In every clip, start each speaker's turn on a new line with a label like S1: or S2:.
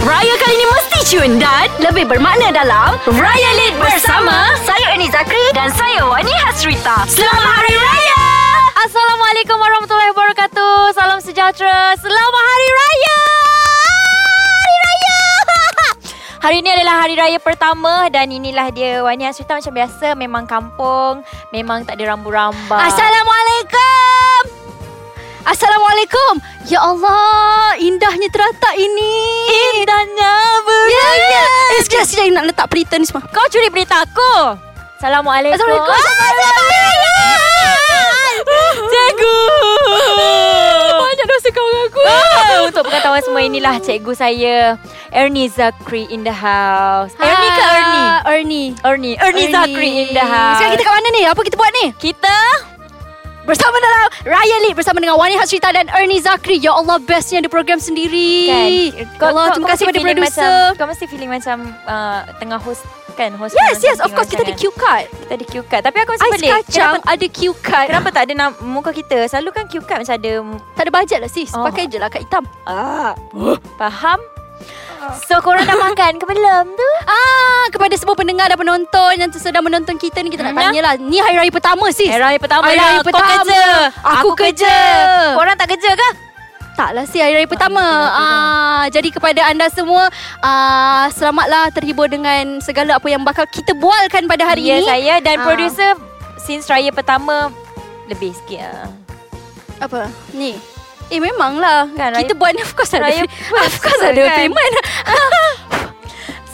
S1: Raya kali ini mesti cun dan lebih bermakna dalam Raya Lit bersama saya Ernie Zakri dan saya Wani Hasrita. Selamat Hari Raya!
S2: Assalamualaikum warahmatullahi wabarakatuh. Salam sejahtera. Selamat Hari Raya. Ah, Hari Raya. Hari ini adalah hari raya pertama dan inilah dia Wani Asrita macam biasa memang kampung, memang tak ada rambu-ramba.
S3: Assalamualaikum. Assalamualaikum. Ya Allah, indahnya teratak ini.
S2: indahnya beraya.
S3: Ya, ya. Eh, sekejap, sekejap. Nak letak berita ni semua.
S2: Kau curi berita aku. Assalamualaikum.
S3: Assalamualaikum.
S1: Oh.
S2: Assalamualaikum. Cikgu.
S3: Banyak dosa kau dengan aku.
S2: Ah, Untuk pengetahuan semua inilah cikgu saya Ernie Zakri in the house. Ernie
S1: Ah.
S2: ke Ernie?
S3: Ah. Ernie.
S2: Ernie. Ernie, Zakri in the house.
S3: Sekarang kita kat mana ni? Apa kita buat ni?
S2: kita
S3: Bersama dalam Raya Lit Bersama dengan Wani Hasrita dan Ernie Zakri Ya Allah bestnya ada program
S2: Kan?
S3: sendiri Ya Allah terima kasih
S2: mesti
S3: kepada
S2: feeling
S3: producer
S2: macam, Kau mesti feeling macam uh, Tengah host kan host
S3: Yes
S2: program
S3: yes of
S2: tengok
S3: course Kita ada
S2: macam
S3: cue card
S2: kan. Kita ada cue card Tapi aku masih
S3: Ais
S2: pelik
S3: kacang
S2: kenapa,
S3: ada cue card
S2: kenapa tak ada nama, muka kita Selalu kan cue card macam ada
S3: Tak ada bajet lah sis
S2: Oh.
S3: Pakai je lah kad hitam
S2: ah, Faham? So korang dah makan ke belum tu?
S3: Ah, Kepada semua pendengar dan penonton Yang sedang menonton kita ni Kita nak
S2: Hmm.
S3: tanya lah Ni hari raya pertama sis
S2: Hari raya pertama
S3: Hari raya
S2: lah Kau
S3: pertama.
S2: kerja
S3: Aku kerja.
S2: Korang tak kerja ke?
S3: Tak lah sis hari raya pertama
S2: betul, betul,
S3: ah, Jadi kepada anda semua ah, Selamatlah terhibur dengan Segala apa yang bakal kita bualkan pada hari ini
S2: ya, saya dan
S3: Ah.
S2: producer Since raya pertama Lebih sikit lah
S3: Apa? Ni. Eh memanglah kan,
S2: Kan, raya-
S3: Kita buat ni of course ada
S2: raya
S3: Of course ada
S2: kan?
S3: payment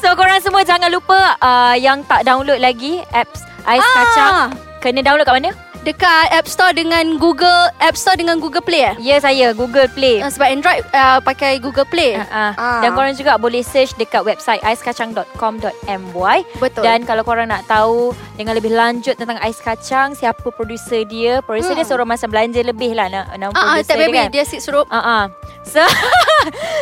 S2: So korang semua jangan lupa uh, Yang tak download lagi Apps Ais ah. Kacang Kena download kat mana?
S3: Dekat App Store dengan Google App Store dengan Google Play eh?
S2: Ya saya Google Play
S3: Uh, sebab Android uh, pakai Google Play
S2: Uh,
S3: Ah.
S2: Dan korang juga boleh search dekat website aiskacang.com.my
S3: Betul
S2: Dan kalau korang nak tahu dengan lebih lanjut tentang ais kacang Siapa producer dia
S3: Hmm.
S2: Producer dia suruh macam belanja lebih lah Nama, nama
S3: Ah, ah,
S2: producer
S3: tak
S2: dia
S3: baby
S2: kan
S3: dia asyik suruh
S2: Uh-uh. So,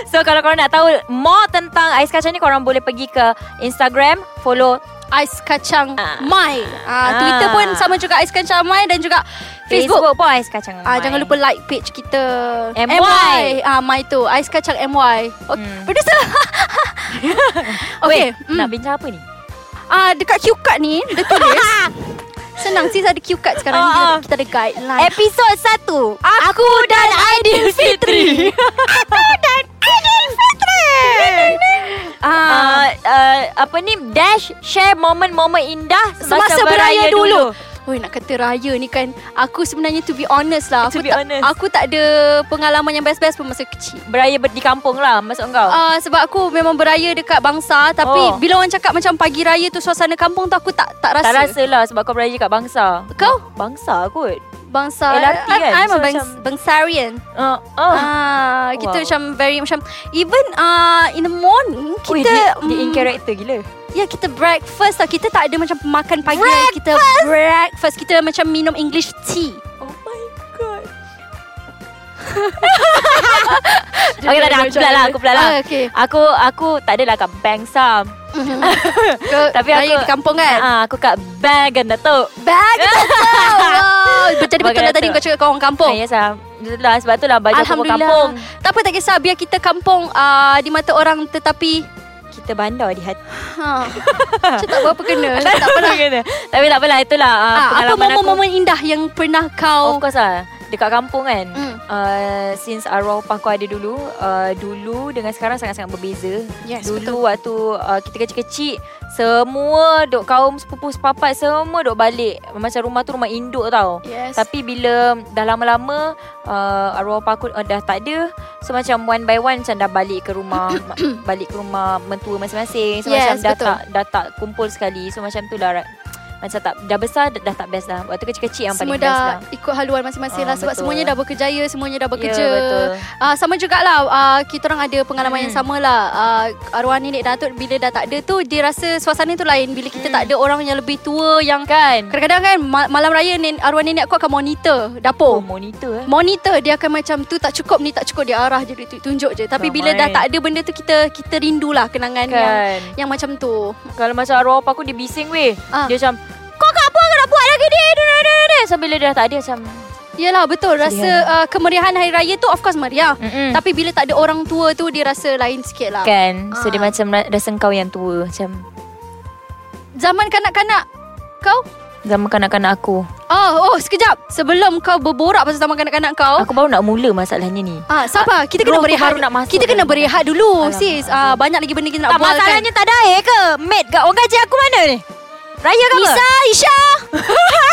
S2: so kalau korang nak tahu more tentang ais kacang ni Korang boleh pergi ke Instagram Follow
S3: ais kacang
S2: Ah.
S3: mai. Ah, Twitter
S2: Ah.
S3: pun sama juga ais kacang mai dan juga Facebook.
S2: Facebook, pun ais kacang
S3: Ah,
S2: My.
S3: jangan lupa like page kita
S2: MY.
S3: Ah, mai tu ais kacang MY. Okay.
S2: Hmm.
S3: Producer. okay. mm. hmm.
S2: Wait, nak bincang apa ni?
S3: Ah dekat cue card ni dia tulis Senang sis ada cue card sekarang ni
S2: Ah, ah.
S3: kita, kita ada guideline.
S2: Episod 1 Aku dan Aidilfitri
S3: ah,
S2: uh, uh, Apa ni Dash Share momen-momen indah
S3: semasa beraya dulu. Oi nak kata raya ni kan aku sebenarnya to be honest lah
S2: To
S3: aku
S2: be
S3: tak
S2: honest.
S3: aku tak ada pengalaman yang best-best pun masa kecil.
S2: Beraya ber- di kampung lah Maksud kau uh,
S3: Ah sebab aku memang beraya dekat bangsa tapi
S2: Oh.
S3: oh. bila orang cakap macam pagi raya tu suasana kampung tu aku tak tak rasa.
S2: Tak rasa lah Sebab kau beraya kat bangsa
S3: Kau?
S2: Bangsa kot
S3: Bangsa. I-
S2: LRT kan?
S3: I'm
S2: So,
S3: a bangs-
S2: macam-
S3: bangsarian.
S2: uh, uh.
S3: Ah kita
S2: Wow.
S3: macam very macam even ah in the morning kita
S2: Ui, dia, dia in
S3: mm,
S2: character gila
S3: Ya kita breakfast tau Kita tak ada macam makan pagi breakfast. Kita breakfast Kita macam minum English tea
S2: Oh my god
S3: Dia
S2: Okay tak ada Aku
S3: macam-
S2: pula lah Aku pula lah
S3: ah, okay.
S2: Aku aku tak adalah kat bank sam
S3: Ke,
S2: Tapi
S3: Tapi aku
S2: aku-
S3: di kampung kan
S2: Ah, Aku kat bank kan Datuk
S3: Bag Wow Jadi betul
S2: Bagai
S3: lah tadi
S2: datuk.
S3: kau cakap kau orang kampung
S2: Ah, Ya Sam Itulah, Sebab tu lah baju aku pun
S3: Alhamdulillah
S2: kampung
S3: Tak apa tak kisah Biar kita kampung ah, Di mata orang tetapi
S2: Kita bandar di hati
S3: ha, Macam tak berapa kena Tak apa lah
S2: Kena. Tapi tak apalah Itulah ah,
S3: Ah, Apa
S2: pengalaman aku
S3: momen-momen indah Yang pernah
S2: Of
S3: kau
S2: course lah Dekat kampung kan
S3: Mm.
S2: uh, Since arwah upah aku ada dulu uh, Dulu dengan sekarang sangat-sangat berbeza
S3: Yes,
S2: Dulu betul. waktu uh, kita kecil-kecil Semua duk kaum sepupu sepapat Semua duk balik Macam rumah tu rumah induk tau
S3: Yes
S2: Tapi bila dah lama-lama uh, arwah opah aku uh, dah tak ada So macam one by one macam dah balik ke rumah ma- Balik ke rumah mentua masing-masing So
S3: Yes,
S2: macam dah
S3: betul.
S2: tak, dah tak kumpul sekali So macam tu lah ra- Macam tak, dah besar dah, dah tak best lah Waktu kecil-kecil yang
S3: semua
S2: paling best lah
S3: dah ikut haluan masing-masing
S2: Ah,
S3: lah sebab
S2: betul.
S3: semuanya dah bekerjaya semuanya dah bekerja
S2: Ya, betul.
S3: Uh, sama jugalah uh, kita orang ada pengalaman
S2: Mm.
S3: yang sama lah uh, arwah nenek datuk bila dah tak ada tu dia rasa suasana tu lain bila kita
S2: Hmm.
S3: tak ada orang yang lebih tua yang
S2: Kan
S3: kadang-kadang kan ma- malam raya nen- arwah nenek aku akan monitor
S2: Oh,
S3: dapur
S2: monitor eh
S3: monitor dia akan macam tu tak cukup ni tak cukup dia arah je dia tu- tunjuk je tapi bila
S2: Ramai.
S3: dah tak ada benda tu kita kita rindulah kenangan yang
S2: Kan
S3: yang macam tu
S2: Kalau macam arwah opah aku dia bising weh
S3: Ah.
S2: Dia macam Kau kat apa kau nak buat lagi ni Sampai bila dia dah tak ada macam
S3: Yelah betul Rasa
S2: kan?
S3: uh, kemeriahan Hari Raya tu Of course meriah
S2: Mm-mm.
S3: Tapi bila tak ada orang tua tu Dia rasa lain sikit lah
S2: Hmm. Kan So dia
S3: Ah.
S2: macam ra- Rasa kau yang tua Macam
S3: Zaman kanak-kanak Kau
S2: Zaman kanak-kanak aku
S3: Oh, oh sekejap Sebelum kau berborak Pasal zaman kanak-kanak kau
S2: Aku baru nak mula masalahnya ni
S3: Ah, sabar. Kita kena
S2: roh tu
S3: berehat.
S2: baru nak masuk
S3: Kita kena
S2: dah.
S3: berehat dulu,
S2: Alamak,
S3: sis. Ah, banyak lagi benda kita nak
S2: Tak
S3: bualkan.
S2: masalahnya tak ada air ke Maid kat orang gaji aku mana ni Raya ke apa
S3: Nisa, Isha.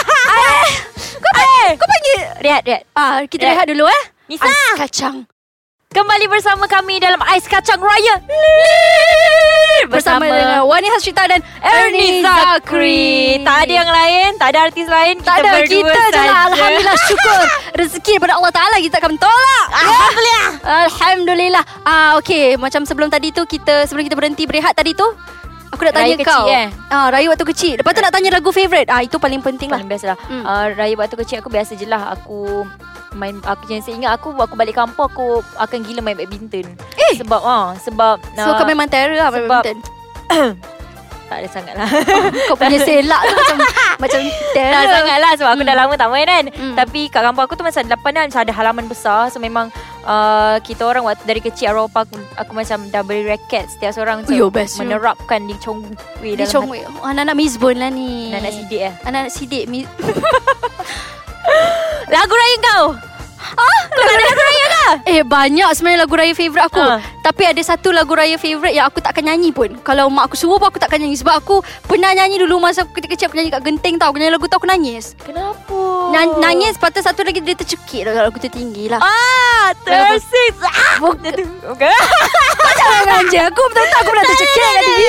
S2: Kau panggil Kau panggil Rehat rehat
S3: Ah, kita
S2: Ya.
S3: rehat dulu eh.
S2: Nisa.
S3: Ais kacang.
S2: Kembali bersama kami dalam Ais Kacang Raya
S3: Bersama, dengan Wani Hasrita dan
S2: Ernie Zakri Tak ada yang lain Tak ada artis lain
S3: tak ada
S2: Kita
S3: kita
S2: berdua
S3: je
S2: saja.
S3: lah Alhamdulillah syukur Rezeki daripada Allah Ta'ala Kita akan tolak
S2: Alhamdulillah
S3: Alhamdulillah ah, Okay Macam sebelum tadi tu kita Sebelum kita berhenti berehat tadi tu Aku nak tanya
S2: Raya
S3: kau
S2: kecil, eh?
S3: ah, Raya waktu kecil Lepas tu nak tanya lagu favourite ah, Itu paling penting lah
S2: Paling biasa lah
S3: Hmm.
S2: hmm. uh, Raya waktu kecil aku biasa je lah Aku main aku yang saya ingat aku aku balik kampung aku akan gila main badminton eh. sebab ah sebab
S3: So kau main Mantera lah main
S2: sebab-
S3: badminton.
S2: tak ada sangat lah
S3: Kau punya selak tu macam Macam
S2: Tak
S3: terror
S2: sangat lah Sebab aku
S3: Hmm.
S2: dah lama tak main kan
S3: Hmm.
S2: Tapi kat kampung aku tu Masa depan kan Macam ada halaman besar So memang uh, Kita orang waktu dari kecil Arwah aku, aku macam dah beli raket Setiap seorang macam
S3: Oh, Yo, bestnya.
S2: Menerapkan di congwe
S3: Dia
S2: dalam
S3: comel Anak-anak Mizbon lah ni
S2: hati Anak-anak sidik eh
S3: Anak-anak sidik mi-
S2: Lagu raya kau Ah, Kau tak ada lagu raya kah?
S3: Eh banyak sebenarnya lagu raya favourite aku
S2: Ha.
S3: Tapi ada satu lagu raya favourite Yang aku takkan nyanyi pun Kalau mak aku suruh pun aku takkan nyanyi Sebab aku pernah nyanyi dulu Masa aku kecil-kecil aku nyanyi kat genteng tau Aku nyanyi lagu tu aku nangis
S2: Kenapa?
S3: Nan- Nangis lepas tu satu lagi dia tercekik lah Kalau aku tertinggi lah
S2: Ah Tersis ah, Bukan Bukan Oh,
S3: Jangan je Aku betul-betul aku pernah tercekik kat diri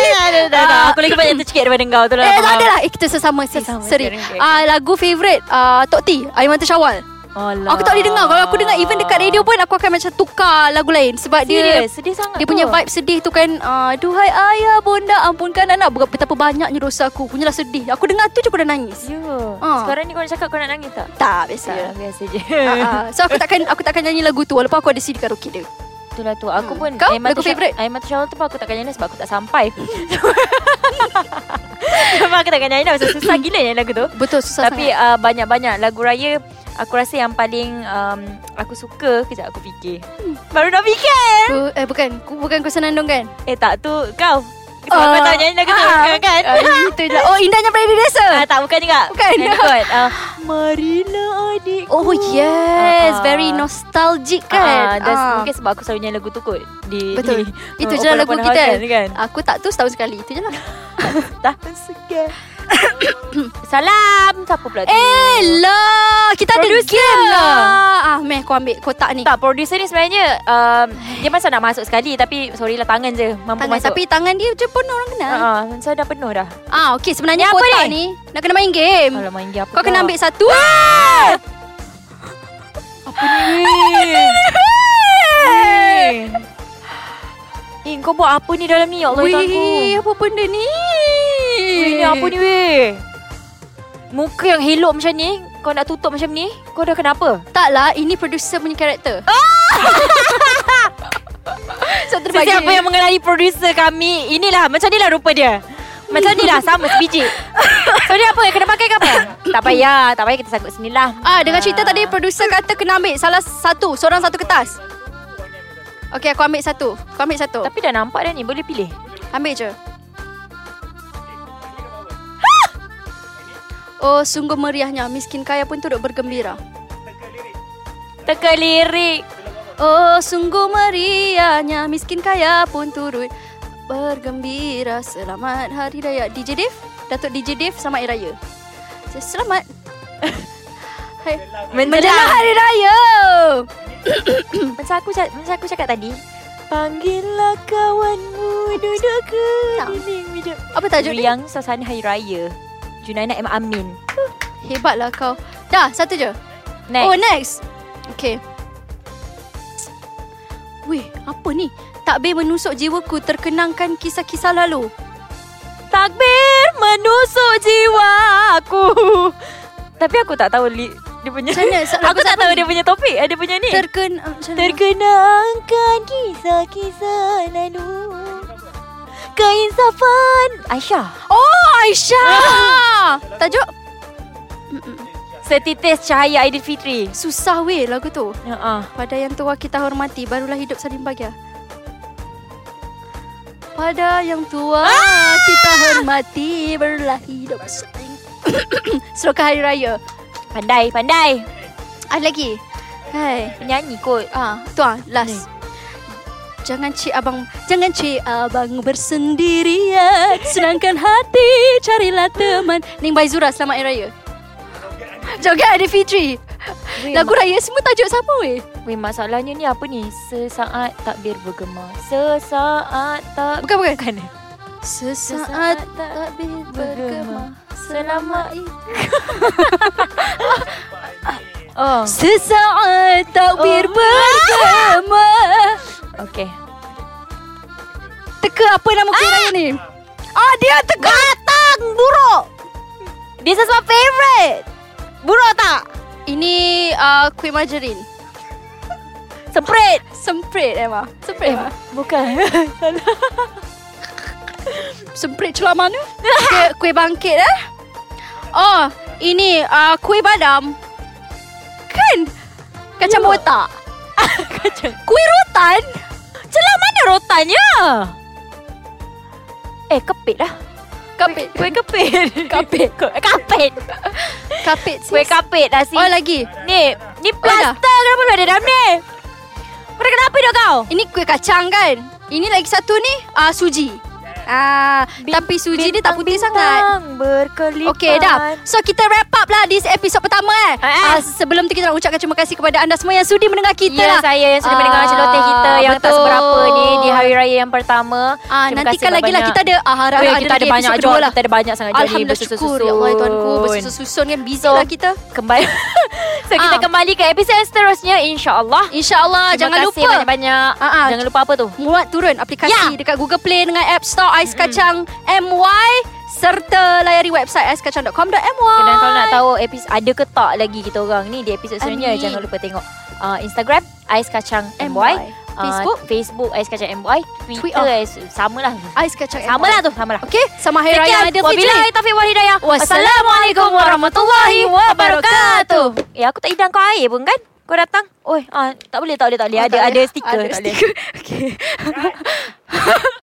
S3: Ah.
S2: Aku lagi banyak tercekik daripada kau tu lah
S3: Eh tak adalah Eh kita sesama sis
S2: Sesama,
S3: Seri
S2: seri, okay, okay.
S3: Ah Lagu favourite ah, Tok T Aiman Syawal
S2: Alah.
S3: Aku tak boleh dengar Kalau aku dengar even dekat radio pun Aku akan macam tukar lagu lain Sebab dia
S2: Serius Sedih sangat
S3: Dia
S2: tu.
S3: punya vibe sedih tu kan uh, Duhai ayah bonda ampunkan anak Ber- Betapa banyaknya dosa aku Punyalah sedih Aku dengar tu je aku dah nangis
S2: Ya
S3: Ah.
S2: Sekarang ni kau nak cakap kau nak nangis tak?
S3: Tak biasa
S2: Ya, biasa je.
S3: Ah, ah. So aku takkan aku takkan nyanyi lagu tu Walaupun aku ada CD karaoke dia
S2: Itulah lah tu. Aku
S3: Hmm.
S2: pun
S3: Kau,
S2: Aiman
S3: lagu
S2: tu syak-
S3: favourite?
S2: Aiman tu Syawal tu pun aku takkan nyanyi sebab aku tak sampai. Sebab aku takkan nyanyi dah pasal susah gila nyanyi lagu tu.
S3: Betul susah
S2: Tapi uh, banyak-banyak lagu raya aku rasa yang paling um, aku suka kejap aku fikir.
S3: Hmm.
S2: Baru nak fikir.
S3: sangat. Bu- Eh bukan Ku- Bukan kau senandung kan
S2: Eh tak tu kau. Sebab kau
S3: Ah,
S2: tahu nyanyi lagu tu
S3: ah,
S2: kan? kan?
S3: ah, Itu je Oh indahnya Prairie Desa
S2: Ah, tak bukan juga.
S3: Bukan.
S2: Nyanyi kot. Uh, Marilah adik.
S3: Oh yes
S2: Ah, ah.
S3: Very nostalgic
S2: Kan? Uh,
S3: kan
S2: dan
S3: Ah.
S2: mungkin sebab aku selalu nyanyi lagu tu kot. Di,
S3: Betul
S2: Di,
S3: Itu
S2: Oh,
S3: je lah lagu
S2: open
S3: kita
S2: house kan?
S3: Aku tak tu setahun sekali Itu je lah
S2: Tahun sekian Salam Siapa pula tu
S3: Eh lah Kita ada
S2: Producer.
S3: game lah Ah meh kau ambil kotak ni
S2: Tak producer ni sebenarnya um, Dia masa nak masuk sekali Tapi sorry lah tangan je Mampu
S3: Tangan,
S2: masuk
S3: tapi tangan dia je pun orang kenal.
S2: uh, Saya dah penuh dah
S3: Ah, okey sebenarnya
S2: Ni apa
S3: kotak
S2: ni? Ah.
S3: ni? nak kena main game.
S2: Kalau main dia apa
S3: Hmm. Kau kena ambil satu.
S2: Eh kau buat apa ni dalam ni Ya Allah Tuhan ku
S3: Wih, apa benda ni?
S2: Weh ni apa ni weh Muka yang helok macam ni Kau nak tutup macam ni Kau dah kenapa
S3: Taklah, lah, ini producer punya karakter. so terbagi.
S2: Sesiapa yang mengenali producer kami Inilah macam ni lah rupa dia Macam ni lah sama sebiji So dia apa kena pakai ke apa Tak payah Tak payah kita sangkut sini lah
S3: Ah, dengan cerita tadi producer kata kena ambil salah satu, seorang satu kertas. Okey, aku ambil satu. Kau ambil satu.
S2: Tapi dah nampak dah ni Boleh pilih
S3: Ambil je. Ah! Oh, sungguh meriahnya. Miskin kaya pun turut bergembira.
S2: Teka lirik
S3: Oh sungguh meriahnya Miskin kaya pun turut Bergembira Selamat Hari Raya DJ Dave Datuk DJ Dave Selamat Hari Raya Selamat Hai. Menjelang
S2: Menjelang
S3: Hari Raya
S2: Macam aku, ca- macam aku cakap tadi Panggillah kawanmu Duduk ke
S3: Tak.
S2: dinding meja
S3: Apa tajuk ni?
S2: Yang suasana Hari Raya Junaina M. Amin
S3: Hebatlah kau Dah satu je
S2: Next
S3: Oh next Okay Weh apa ni Takbir menusuk jiwaku Terkenangkan kisah-kisah lalu
S2: Takbir menusuk jiwa aku Tapi aku tak tahu li- dia punya
S3: Macam mana? So,
S2: Aku
S3: lagu
S2: tak
S3: siapa
S2: tahu
S3: ni?
S2: dia punya topik Eh, Dia punya ni
S3: Terken ah, macam mana?
S2: Terkenangkan kisah-kisah lalu Keinsafan Aisyah
S3: Ah. Oh Aisyah Tajuk
S2: Setitis cahaya Aidilfitri.
S3: Susah weh lagu tu.
S2: Ha ah.
S3: Pada yang tua kita hormati Barulah hidup saling bahagia Pada yang tua ah! kita hormati Barulah hidup saling Seroka Hari Raya
S2: Pandai, pandai.
S3: Ada lagi Hai
S2: Penyanyi kot.
S3: ah, Tu ah, last Jangan cik abang Jangan cik ah, abang bersendirian Senangkan hati Carilah teman Ning Baizura Selamat Hari Raya Joget Adi Fitri
S2: Weh,
S3: Lagu raya semua tajuk sama weh
S2: ma- weh, masalahnya ni apa ni? Sesaat takbir bergema. Sesaat tak
S3: Bukan bukan eh?
S2: bukan.
S3: Sesaat
S2: tak
S3: takbir
S2: bergema
S3: bergema
S2: selama
S3: selama itu.
S2: Oh.
S3: Sesaat takbir
S2: Oh.
S3: bergema.
S2: Okey.
S3: Teka apa nama kuih raya ni? Ah dia teka batang buruk.
S2: This is my favorite. Buruk tak?
S3: Ini uh, kuih margarin.
S2: Semprit.
S3: Semprit Emma. Semprit Emma.
S2: Bukan.
S3: Semprit celah mana? kuih, kuih bangkit eh. Oh, ini uh, kuih badam. Kan? Kacang
S2: Ya.
S3: botak.
S2: Kacang.
S3: Kuih rotan?
S2: Celah mana rotannya? Eh, kepit lah.
S3: Kapit.
S2: Kuih kepit.
S3: Kapit.
S2: kapit.
S3: Kapit sis.
S2: Kuih kapit lah si.
S3: Oh lagi.
S2: Ni, ni plaster
S3: dah.
S2: kenapa lu ada dalam ni? Kau dah kenapa dah kau?
S3: Ini kuih kacang kan? Ini lagi satu ni uh, suji. Ah,
S2: Bin-
S3: tapi suji dia tak putih
S2: bintang
S3: sangat.
S2: berkelipan.
S3: Okey dah. So kita wrap up lah this episode pertama eh.
S2: Eh, eh.
S3: Uh, sebelum tu kita nak ucapkan terima kasih kepada anda semua yang sudi mendengar kita lah.
S2: ya, saya yang sudah mendengar
S3: Ah,
S2: celoteh kita yang tak
S3: betul.
S2: seberapa ni di hari raya yang pertama.
S3: Ah,
S2: Terima
S3: nantikan
S2: kasih
S3: lagi lah kita
S2: banyak-banyak.
S3: ada ah, harap
S2: Weh,
S3: ada
S2: kita ada
S3: lagi episode
S2: banyak jual
S3: kedua lah.
S2: Kita ada banyak sangat jadi
S3: Alhamdulillah syukur Ya Allah ya Tuhanku Bersusun-susun kan Busy
S2: So-
S3: lah kita
S2: Kembali So kita
S3: Ah.
S2: kembali ke episod yang seterusnya InsyaAllah
S3: InsyaAllah Jangan
S2: Terima kasih
S3: lupa
S2: banyak-banyak
S3: Ah, ah.
S2: Jangan lupa apa tu
S3: Muat turun aplikasi
S2: Ya.
S3: Dekat Google Play Dengan App Store Ais Kacang MY Serta layari website aiskacang.com.my
S2: Dan kalau nak tahu episod ada ke tak lagi kita orang ni di episod seterusnya
S3: Amin.
S2: jangan lupa tengok uh, Instagram Ais Kacang MY,
S3: MY.
S2: Ah,
S3: Facebook?
S2: Facebook Ais Kacang MY, Twitter
S3: Twitter.
S2: Ais sama lah.
S3: Ais Kacang
S2: Sama lah tu, sama lah.
S3: Okey, sama Hari Raya Aidilfitri.
S2: Wabillahi taufiq wal hidayah.
S3: Wassalamualaikum warahmatullahi wabarakatuh.
S2: Eh aku tak hidang kau air pun kan? Kau datang. Oi, ah, tak boleh tak boleh tak boleh.
S3: Oh,
S2: ada
S3: tak
S2: ada
S3: boleh.
S2: stiker
S3: Ada
S2: tak boleh.
S3: stiker. Okey.